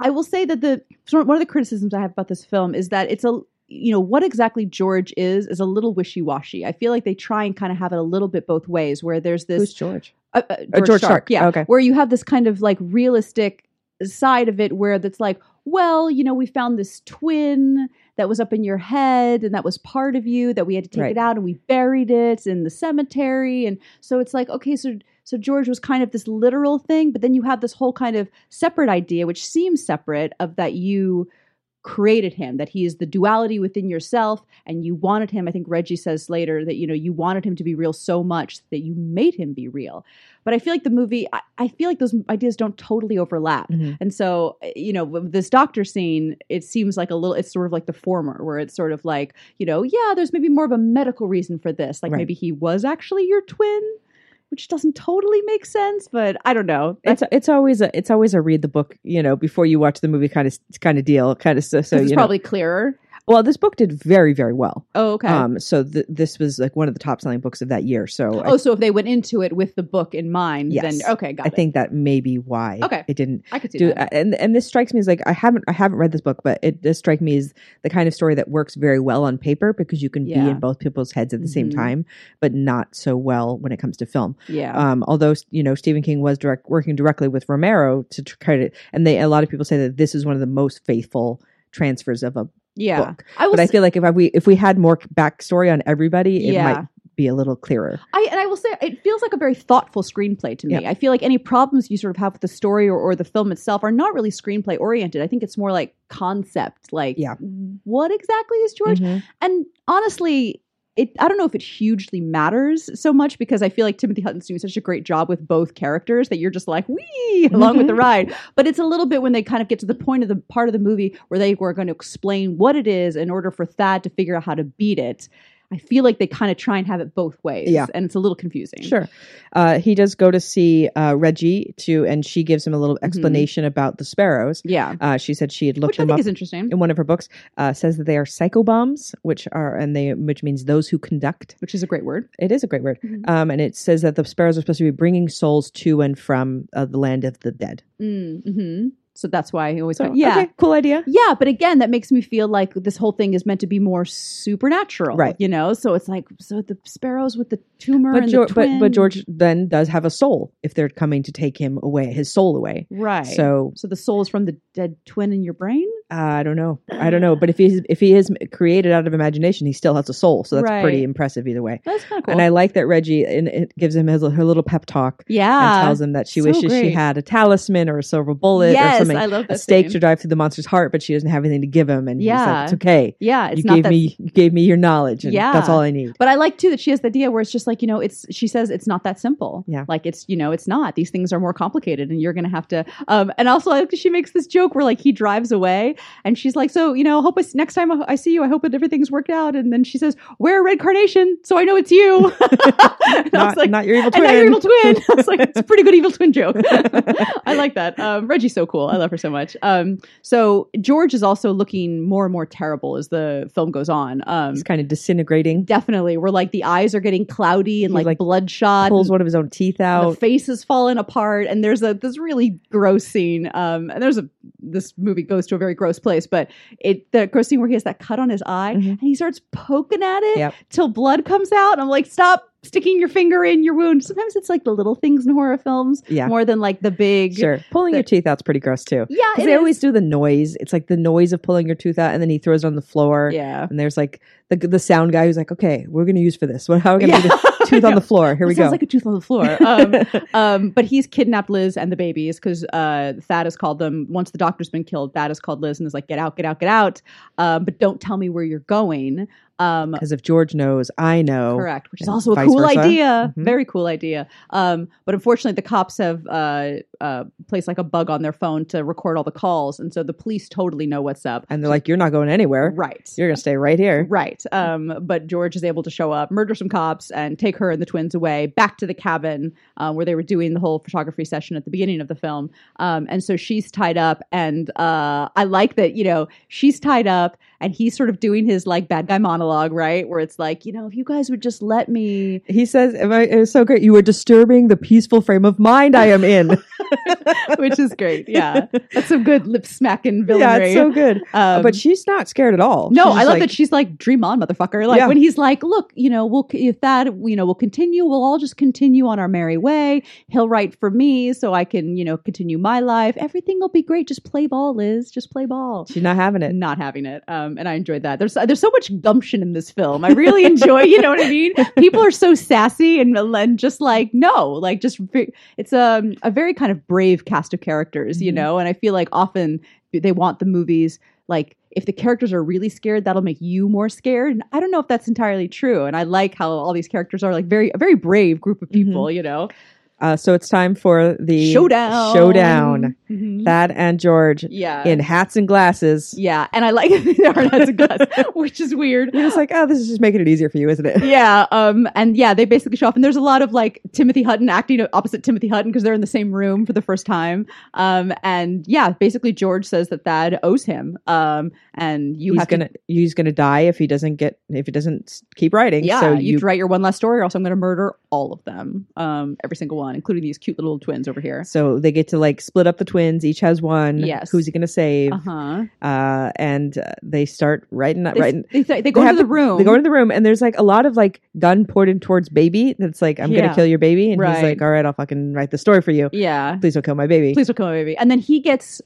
B: I will say that the sort of- one of the criticisms I have about this film is that it's a you know what exactly George is is a little wishy washy. I feel like they try and kind of have it a little bit both ways, where there's this
A: Who's George?
B: uh, uh, George,
A: Uh, George Stark,
B: yeah,
A: okay.
B: where you have this kind of like realistic side of it where that's like, well, you know, we found this twin that was up in your head and that was part of you that we had to take
A: Right.
B: it out and we buried it in the cemetery and so it's like, okay, so So George was kind of this literal thing, but then you have this whole kind of separate idea, which seems separate, of that you created him, that he is the duality within yourself, and you wanted him. I think Reggie says later that you know you wanted him to be real so much that you made him be real. But I feel like the movie, I, I feel like those ideas don't totally overlap.
A: Mhm.
B: And so, uh, you know, with this doctor scene, it seems like a little, it's sort of like the former, where it's sort of like, you know, yeah, there's maybe more of a medical reason for this. Like
A: Right.
B: maybe he was actually your twin, which doesn't totally make sense, but I don't know. That's
A: it's it's always a it's always a read the book you know before you watch the movie kind of kind of deal kind of so, so
B: this is
A: you know
B: probably clearer.
A: well this book did very very well
B: Oh, okay.
A: um so th- this was like one of the top selling books of that year so I,
B: oh, so if they went into it with the book in mind,
A: Yes.
B: then okay,
A: I
B: got it.
A: think that may be why
B: Okay.
A: it didn't
B: I could do,
A: do
B: that.
A: and and this strikes me as like I haven't I haven't read this book but it does strike me as the kind of story that works very well on paper because you can be
B: Yeah.
A: in both people's heads at the same
B: Mhm.
A: time but not so well when it comes to film
B: yeah.
A: um, although you know Stephen King was direct working directly with Romero to tr- credit, and they a lot of people say that this is one of the most faithful transfers of a.
B: yeah.
A: book.
B: I will
A: But I
B: s-
A: feel like if I, we if we had more backstory on everybody, it
B: Yeah.
A: might be a little clearer.
B: I and I will say it feels like a very thoughtful screenplay to me. I feel like any problems you sort of have with the story or, or the film itself are not really screenplay oriented. I think it's more like concept, like
A: Yeah.
B: what exactly is George?
A: Mm-hmm.
B: And honestly, it I don't know if it hugely matters so much because I feel like Timothy Hutton's doing such a great job with both characters that you're just like, wee along
A: Mm-hmm.
B: with the ride. But it's a little bit when they kind of get to the point of the part of the movie where they were going to explain what it is in order for Thad to figure out how to beat it. I feel like they kind of try and have it both ways.
A: Yeah.
B: And it's a little confusing.
A: Sure, uh, he does go to see uh, Reggie too, and she gives him a little explanation about the sparrows.
B: Yeah.
A: Uh, she said she had looked
B: Mm-hmm. Which I
A: them
B: think
A: up
B: is interesting.
A: in one of her books. Uh, says that they are psychobombs, which are and they which means those who conduct.
B: Which is a great word.
A: It is a great word.
B: Mhm.
A: Um, and it says that the sparrows are supposed to be bringing souls to and from uh, the land of the dead.
B: Mm-hmm. So that's why I always
A: So,
B: go, yeah.
A: okay, cool idea.
B: Yeah, but again, that makes me feel like this whole thing is meant to be more supernatural,
A: Right.
B: You know, so it's like so the sparrows with the tumor
A: But,
B: and
A: Geor-
B: the
A: but
B: twin,
A: but George then does have a soul if they're coming to take him away, his soul away.
B: right?
A: So
B: so the soul is from the dead twin in your brain.
A: uh, I don't know, I don't know. But if he's if he is created out of imagination, he still has a soul. So that's
B: Right.
A: pretty impressive either way.
B: That's kind of cool.
A: And I like that Reggie and it gives him his, her little pep talk and
B: yeah,
A: tells him that she
B: Ah, so
A: wishes she
B: great.
A: had a talisman or a silver bullet
B: yes,
A: or something,
B: I love
A: a
B: that
A: stake to
B: scene.
A: drive through the monster's heart, but she doesn't have anything to give him. And he's
B: Yeah.
A: like, it's okay.
B: Yeah, it's
A: you
B: not
A: gave
B: that.
A: me you gave me your knowledge and that's
B: Yeah.
A: all i need
B: but I like too that she has the idea where it's just like you know, it's she says it's not that simple.
A: Yeah.
B: like it's you know, it's not. These things are more complicated, and you're gonna have to. Um, and also I like that she makes this joke where like he drives away, and she's like, so you know, hope I s next time I see you, I hope that everything's worked out. And then she says, wear a red carnation, so I know it's you. And I was
A: not, not your evil
B: and
A: twin
B: now you're evil twin. I was like, it's a pretty good evil twin joke. I like that. Um, Reggie's so cool. I love her so much. Um, so George is also looking more and more terrible as the film goes on. Um,
A: he's kind of disintegrating
B: definitely, where like the eyes are getting cloudy and
A: He,
B: like,
A: like,
B: bloodshot.
A: pulls
B: and
A: one of his own teeth
B: the
A: out
B: face is falling apart, and there's a this really gross scene. Um, and there's a this movie goes to a very gross place, but it the gross scene where he has that cut on his eye
A: Mhm.
B: and he starts poking at it
A: Yep.
B: till blood comes out. And I'm like, stop sticking your finger in your wound. Sometimes it's like the little things in horror films
A: yeah
B: more than like the big.
A: sure pulling
B: the-
A: your teeth out's pretty gross too
B: Yeah,
A: because
B: it
A: they
B: is.
A: always do the noise it's like the noise of pulling your tooth out and then he throws it on the floor
B: yeah.
A: and there's like the, the sound guy who's like okay we're gonna use for this what how are we gonna
B: Yeah.
A: do this tooth on the floor here
B: That
A: we go
B: sounds like a tooth on the floor. Um, um, but he's kidnapped Liz and the babies because uh, Thad has called them. Once the doctor's been killed, Thad has called Liz and is like, "Get out, get out, get out!" Um, but don't tell me where you're going. Um,
A: because if george knows i know
B: correct, which is
A: Oh, and
B: also a
A: vice
B: cool
A: versa.
B: idea,
A: Mhm.
B: very cool idea. Um, but unfortunately, the cops have uh, uh, placed like a bug on their phone to record all the calls, and so the police totally know what's up.
A: and they're like you're not going anywhere
B: Right.
A: you're gonna stay right here
B: Right. Um, but George is able to show up, murder some cops, and take her and the twins away back to the cabin uh, where they were doing the whole photography session at the beginning of the film. Um, and so she's tied up, and uh, I like that, you know, she's tied up, and he's sort of doing his like bad guy monologue, right? Where it's like, you know, if you guys would just let me.
A: he says "Am I- it was so great you were disturbing the peaceful frame of mind i am in
B: Which is great, yeah. That's some good lip smacking
A: yeah
B: villainy.
A: it's so good
B: um,
A: but she's not scared at all.
B: No,
A: She's
B: I
A: just
B: love
A: like,
B: that she's like, dream on, motherfucker. Like
A: Yeah.
B: when he's like, look, you know, we'll if that, you know, we'll continue. We'll all just continue on our merry way. He'll write for me, so I can, you know, continue my life. Everything will be great. Just play ball, Liz. Just play ball.
A: she's not having it.
B: Not having it. Um, Um, and I enjoyed that. There's there's so much gumption in this film. I really enjoy. you know what I mean? People are so sassy and, and just like no, like just ve- it's a a very kind of brave cast of characters. You
A: Mhm.
B: know, and I feel like often they want the movies like if the characters are really scared that'll make you more scared and i don't know if that's entirely true and i like how all these characters are like very a very brave group of people you know
A: Uh, so it's time for the
B: showdown
A: Showdown.
B: Mhm.
A: That and George
B: yeah
A: in hats and glasses.
B: yeah and i like there are lots of guns, which is weird
A: You're just like, oh, this is just making it easier for you, isn't it?
B: yeah um and yeah they basically show off and there's a lot of like timothy hutton acting opposite timothy hutton because they're in the same room for the first time um and yeah basically george says that thad owes him um and you
A: he's
B: have to
A: gonna he's gonna die if he doesn't get if he doesn't s- keep writing.
B: Yeah,
A: so
B: you,
A: you,
B: would write your one last story, or else I'm going to murder all of them, um, every single one, including these cute little twins over here.
A: so they get to like split up the twins. Each has one.
B: Yes.
A: Who's he gonna save?
B: Uh
A: uh
B: huh.
A: and uh, they start writing.
B: They,
A: Writing.
B: they, they go into
A: have
B: the room.
A: They go into the room and there's like a lot of like gun pointed towards baby. That's like I'm
B: Yeah.
A: gonna kill your baby, and
B: Right.
A: he's like, all right, I'll fucking write the story for you.
B: yeah.
A: Please don't kill my baby.
B: Please don't kill my baby. And then he gets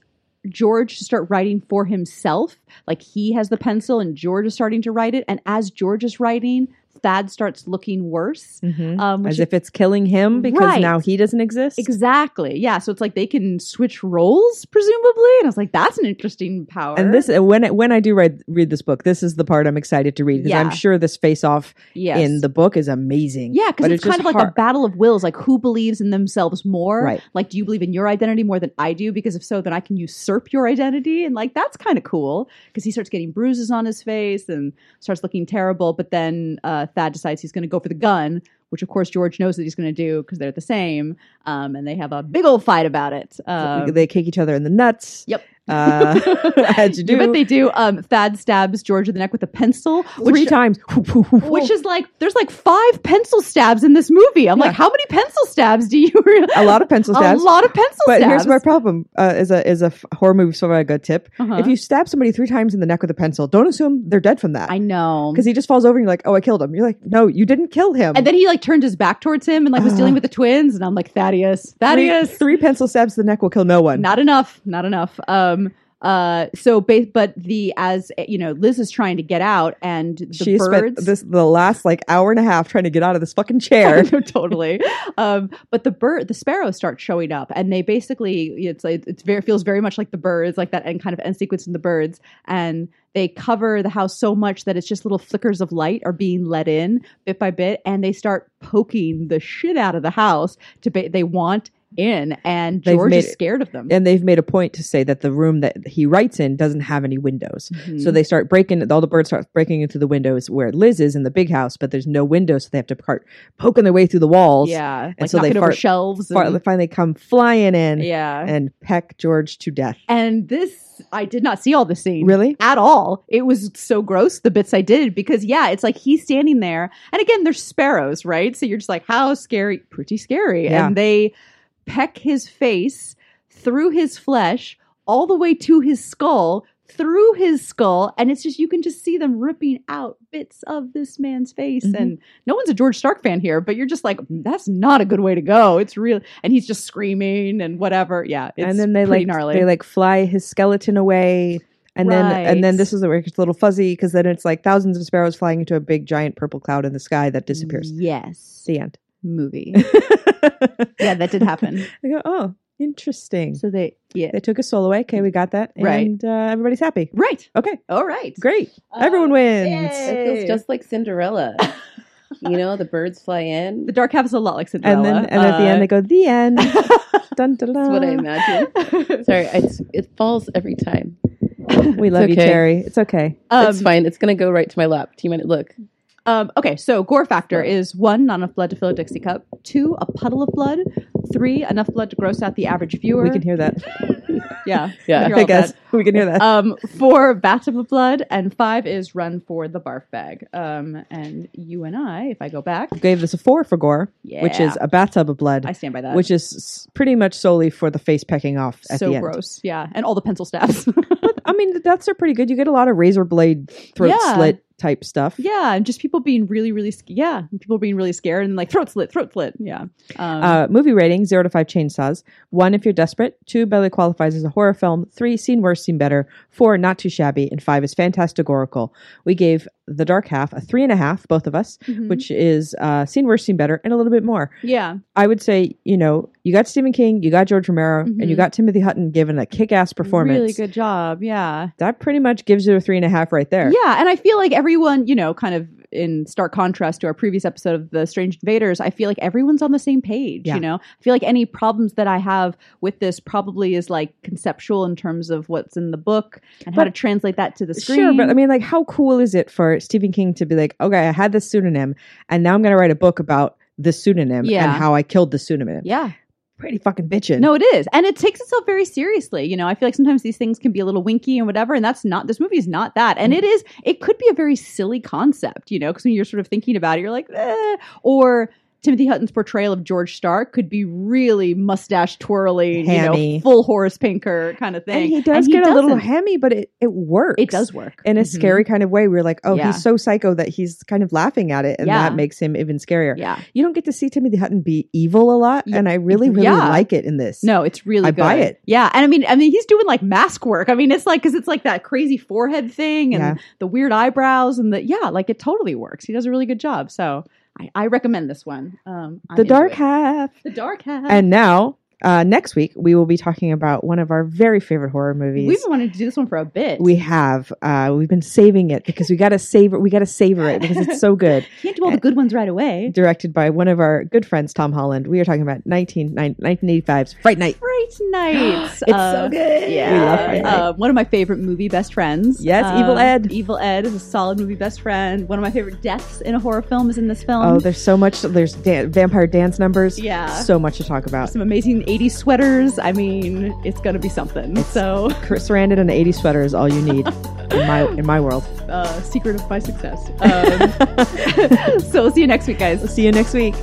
B: George to start writing for himself. Like he has the pencil, and George is starting to write it. And as George is writing, Thad starts looking worse.
A: Mhm.
B: Um, which
A: As if it's killing him because
B: Right.
A: now he doesn't exist.
B: Exactly. Yeah. So it's like they can switch roles, presumably. And I was like, that's an interesting power.
A: And this when I- when I do read read this book, this is the part I'm excited to read because
B: Yeah.
A: I'm sure this face off
B: yes.
A: in the book is amazing.
B: Yeah, because
A: But
B: it's,
A: it's just
B: kind of like a
A: hard.
B: battle of wills. Like, who believes in themselves more?
A: Right.
B: Like, do you believe in your identity more than I do? Because if so, then I can usurp your identity. And, like, that's kind of cool because he starts getting bruises on his face and starts looking terrible. But then uh, Thad decides he's going to go for the gun, which, of course, George knows that he's going to do because they're the same. Um, and they have a big old fight about it. Um,
A: they kick each other in the nuts.
B: Yep.
A: Uh, how'd you do?
B: But they do. Um, Thad stabs George in the neck with a pencil,
A: Three
B: which
A: times. Oh.
B: which is like there's like five pencil stabs in this movie. I'm like, how many pencil stabs do you? Realize?
A: a lot of pencil stabs.
B: A lot of pencil
A: but
B: stabs.
A: here's my problem: uh, is a is a f- horror movie survivor tip.
B: Uh-huh.
A: If you stab somebody three times in the neck with a pencil, don't assume they're dead from that.
B: I know.
A: Because he just falls over and you're like, oh, I killed him. You're like, no, you didn't kill him.
B: And then he like turned his back towards him and like
A: Uh-huh.
B: was dealing with the twins, and I'm like, Thaddeus,
A: three,
B: Thaddeus,
A: three pencil stabs to the neck will kill no one.
B: not enough, not enough. Um. Uh. So, ba- but the as you know, Liz is trying to get out, and the
A: she
B: birds.
A: spent this the last like hour and a half trying to get out of this fucking
B: I
A: chair.
B: know, totally. Um, but the bird, the sparrows start showing up, and they basically it's like it's very feels very much like the birds, like that end kind of end sequence in the birds, and they cover the house so much that it's just little flickers of light are being let in bit by bit, and they start poking the shit out of the house to ba- they want in, and
A: They've
B: George
A: made
B: is
A: it-
B: scared of them.
A: and they've made a point to say that the room that he writes in doesn't have any windows.
B: Mhm.
A: So they start breaking, all the birds start breaking into the windows where Liz is in the big house, but there's no windows, so they have to part poking their way through the walls.
B: yeah, like
A: so they
B: knocking over
A: fart-
B: shelves.
A: Fi-
B: and-
A: finally come flying in
B: yeah,
A: and peck George to death.
B: and this I did not see all the scene.
A: Really?
B: at all. It was so gross the bits I did because yeah, it's like he's standing there, and again, they're sparrows, right? So you're just like, how scary? Pretty scary.
A: Yeah.
B: And they peck his face through his flesh all the way to his skull. Through his skull, and it's just you can just see them ripping out bits of this man's face.
A: Mhm.
B: And no one's a George Stark fan here, but you're just like, "Mm, that's not a good way to go. It's real, and he's just screaming and whatever. Yeah, it's
A: and then they
B: pretty
A: like
B: gnarly.
A: they like fly his skeleton away. And then and
B: Right.
A: then this is where it gets a little fuzzy because then it's like thousands of sparrows flying into a big giant purple cloud in the sky that
B: Hmm.
A: disappears.
B: Yes,
A: The end.
B: movie.
A: I
B: yeah, that did happen.
A: go, oh, interesting.
B: So they, yeah,
A: they took a soul away. Okay, we got that.
B: Right.
A: And uh, everybody's happy.
B: right.
A: Okay,
B: All right,
A: great.
B: Uh,
A: Everyone wins.
B: yay.
E: It feels just like Cinderella. you know, the birds fly in.
B: The dark half is a lot like Cinderella.
A: And then and at the end they go, the end. dun, dun,
E: That's
A: dun.
E: what I imagine.
B: end,
E: Sorry, it's, it falls every time.
A: We love you,
E: okay.
A: Terry. It's okay.
E: it's fine. It's gonna go right to my lap. Do you mind? Look,
B: Um, okay, so gore factor is one, not enough blood to fill a Dixie cup. Two, a puddle of blood. Three, enough blood to gross out the average viewer.
A: We can hear that.
B: yeah,
E: yeah.
B: You're all
A: I guess we can hear that.
B: Um, four, bath of blood, and five is run for the barf bag. Um, and you and I, if I go back,
A: Gave this a four for gore,
B: yeah,
A: which is a bathtub of blood,
B: I stand by that.
A: which is s- pretty much solely for the face pecking off at
B: so
A: the end.
B: gross, yeah, and all the pencil stabs.
A: I mean, the deaths are pretty good. You get a lot of razor blade throat
B: Yeah.
A: slit type stuff.
B: Yeah, and just people being really, really, sc- yeah, and people being really scared and like throat slit, throat slit. Yeah. Um,
A: Uh, movie rating zero to five chainsaws. One, if you're desperate. Two, barely qualifies as a horror film. Three, seen worse, seen better. Four, not too shabby. And five is fantasticorical. We gave The Dark Half a three and a half, both of us,
B: mhm.
A: which is uh, seen worse, seen better, and a little bit more.
B: yeah,
A: I would say, you know, you got Stephen King, you got George Romero, and you
B: Mhm.
A: got Timothy Hutton giving a kick ass performance.
B: really good job. Yeah.
A: That pretty much gives you a three and a half right there.
B: Yeah, and I feel like everyone, you know, kind of in stark contrast to our previous episode of the Strange Invaders, I feel like everyone's on the same page.
A: Yeah.
B: You know, I feel like any problems that I have with this probably is like conceptual in terms of what's in the book and how
A: But-
B: to translate that to the screen.
A: Sure, but I mean, like, how cool is it for Stephen King to be like, okay, I had this pseudonym, and now I'm going to write a book about the pseudonym
B: Yeah.
A: and how I killed the pseudonym.
B: yeah,
A: Pretty fucking bitchin'.
B: no, it is, and it takes itself very seriously. You know, I feel like sometimes these things can be a little winky and whatever, and that's not this movie's not that,
A: Hmm.
B: and it is. It could be a very silly concept, you know, because when you're sort of thinking about it, you're like, eh. or Timothy Hutton's portrayal of George Stark could be really mustache twirling, you know,
A: Hammy.
B: full Horace Pinker kind of thing.
A: and he does
B: And he
A: get a little
B: doesn't.
A: hammy, but it it works.
B: It does work.
A: in a
B: Mhm.
A: scary kind of way. We're like, oh,
B: Yeah.
A: he's so psycho that he's kind of laughing at it, and
B: Yeah.
A: that makes him even scarier.
B: Yeah.
A: You don't get to see Timothy Hutton be evil a lot,
B: Yeah.
A: and I really, really
B: Yeah.
A: like it in this.
B: No, it's really
A: I
B: good.
A: buy it.
B: Yeah, and I mean, I mean, he's doing like mask work. I mean, it's like because it's like that crazy forehead thing and
A: Yeah.
B: the weird eyebrows and the yeah, like it totally works. He does a really good job. So I, I recommend this one. Um, I'm
A: the
B: into
A: dark
B: it.
A: half.
B: the dark hat.
A: And now, uh, next week, we will be talking about one of our very favorite horror movies.
B: we've been wanting to do this one for a bit.
A: We have. Uh, we've been saving it because we gotta savor. We gotta savor it because it's so good.
B: can't do all the good ones right away.
A: Directed by one of our good friends, Tom Holland. We are talking about 19, 1985's Fright Night.
B: Fright Nights. uh,
A: It's
E: Uh,
A: so good.
B: Yeah,
A: we love Fright Night.
B: Uh, one of my favorite movie best friends.
A: Yes,
B: Um,
A: Evil Ed.
B: Evil Ed is a solid movie best friend. One of my favorite deaths in a horror film is in this film.
A: oh, there's so much. There's dan- vampire dance numbers.
B: Um, Yeah.
A: so much to talk about.
B: some amazing 80s sweaters. I mean, it's going to be something. So,
A: Chris Sarandon and an 80 sweater is all you need in my in my world.
B: uh, secret of my success. Um, so, we'll see you next week, guys.
A: See you next week.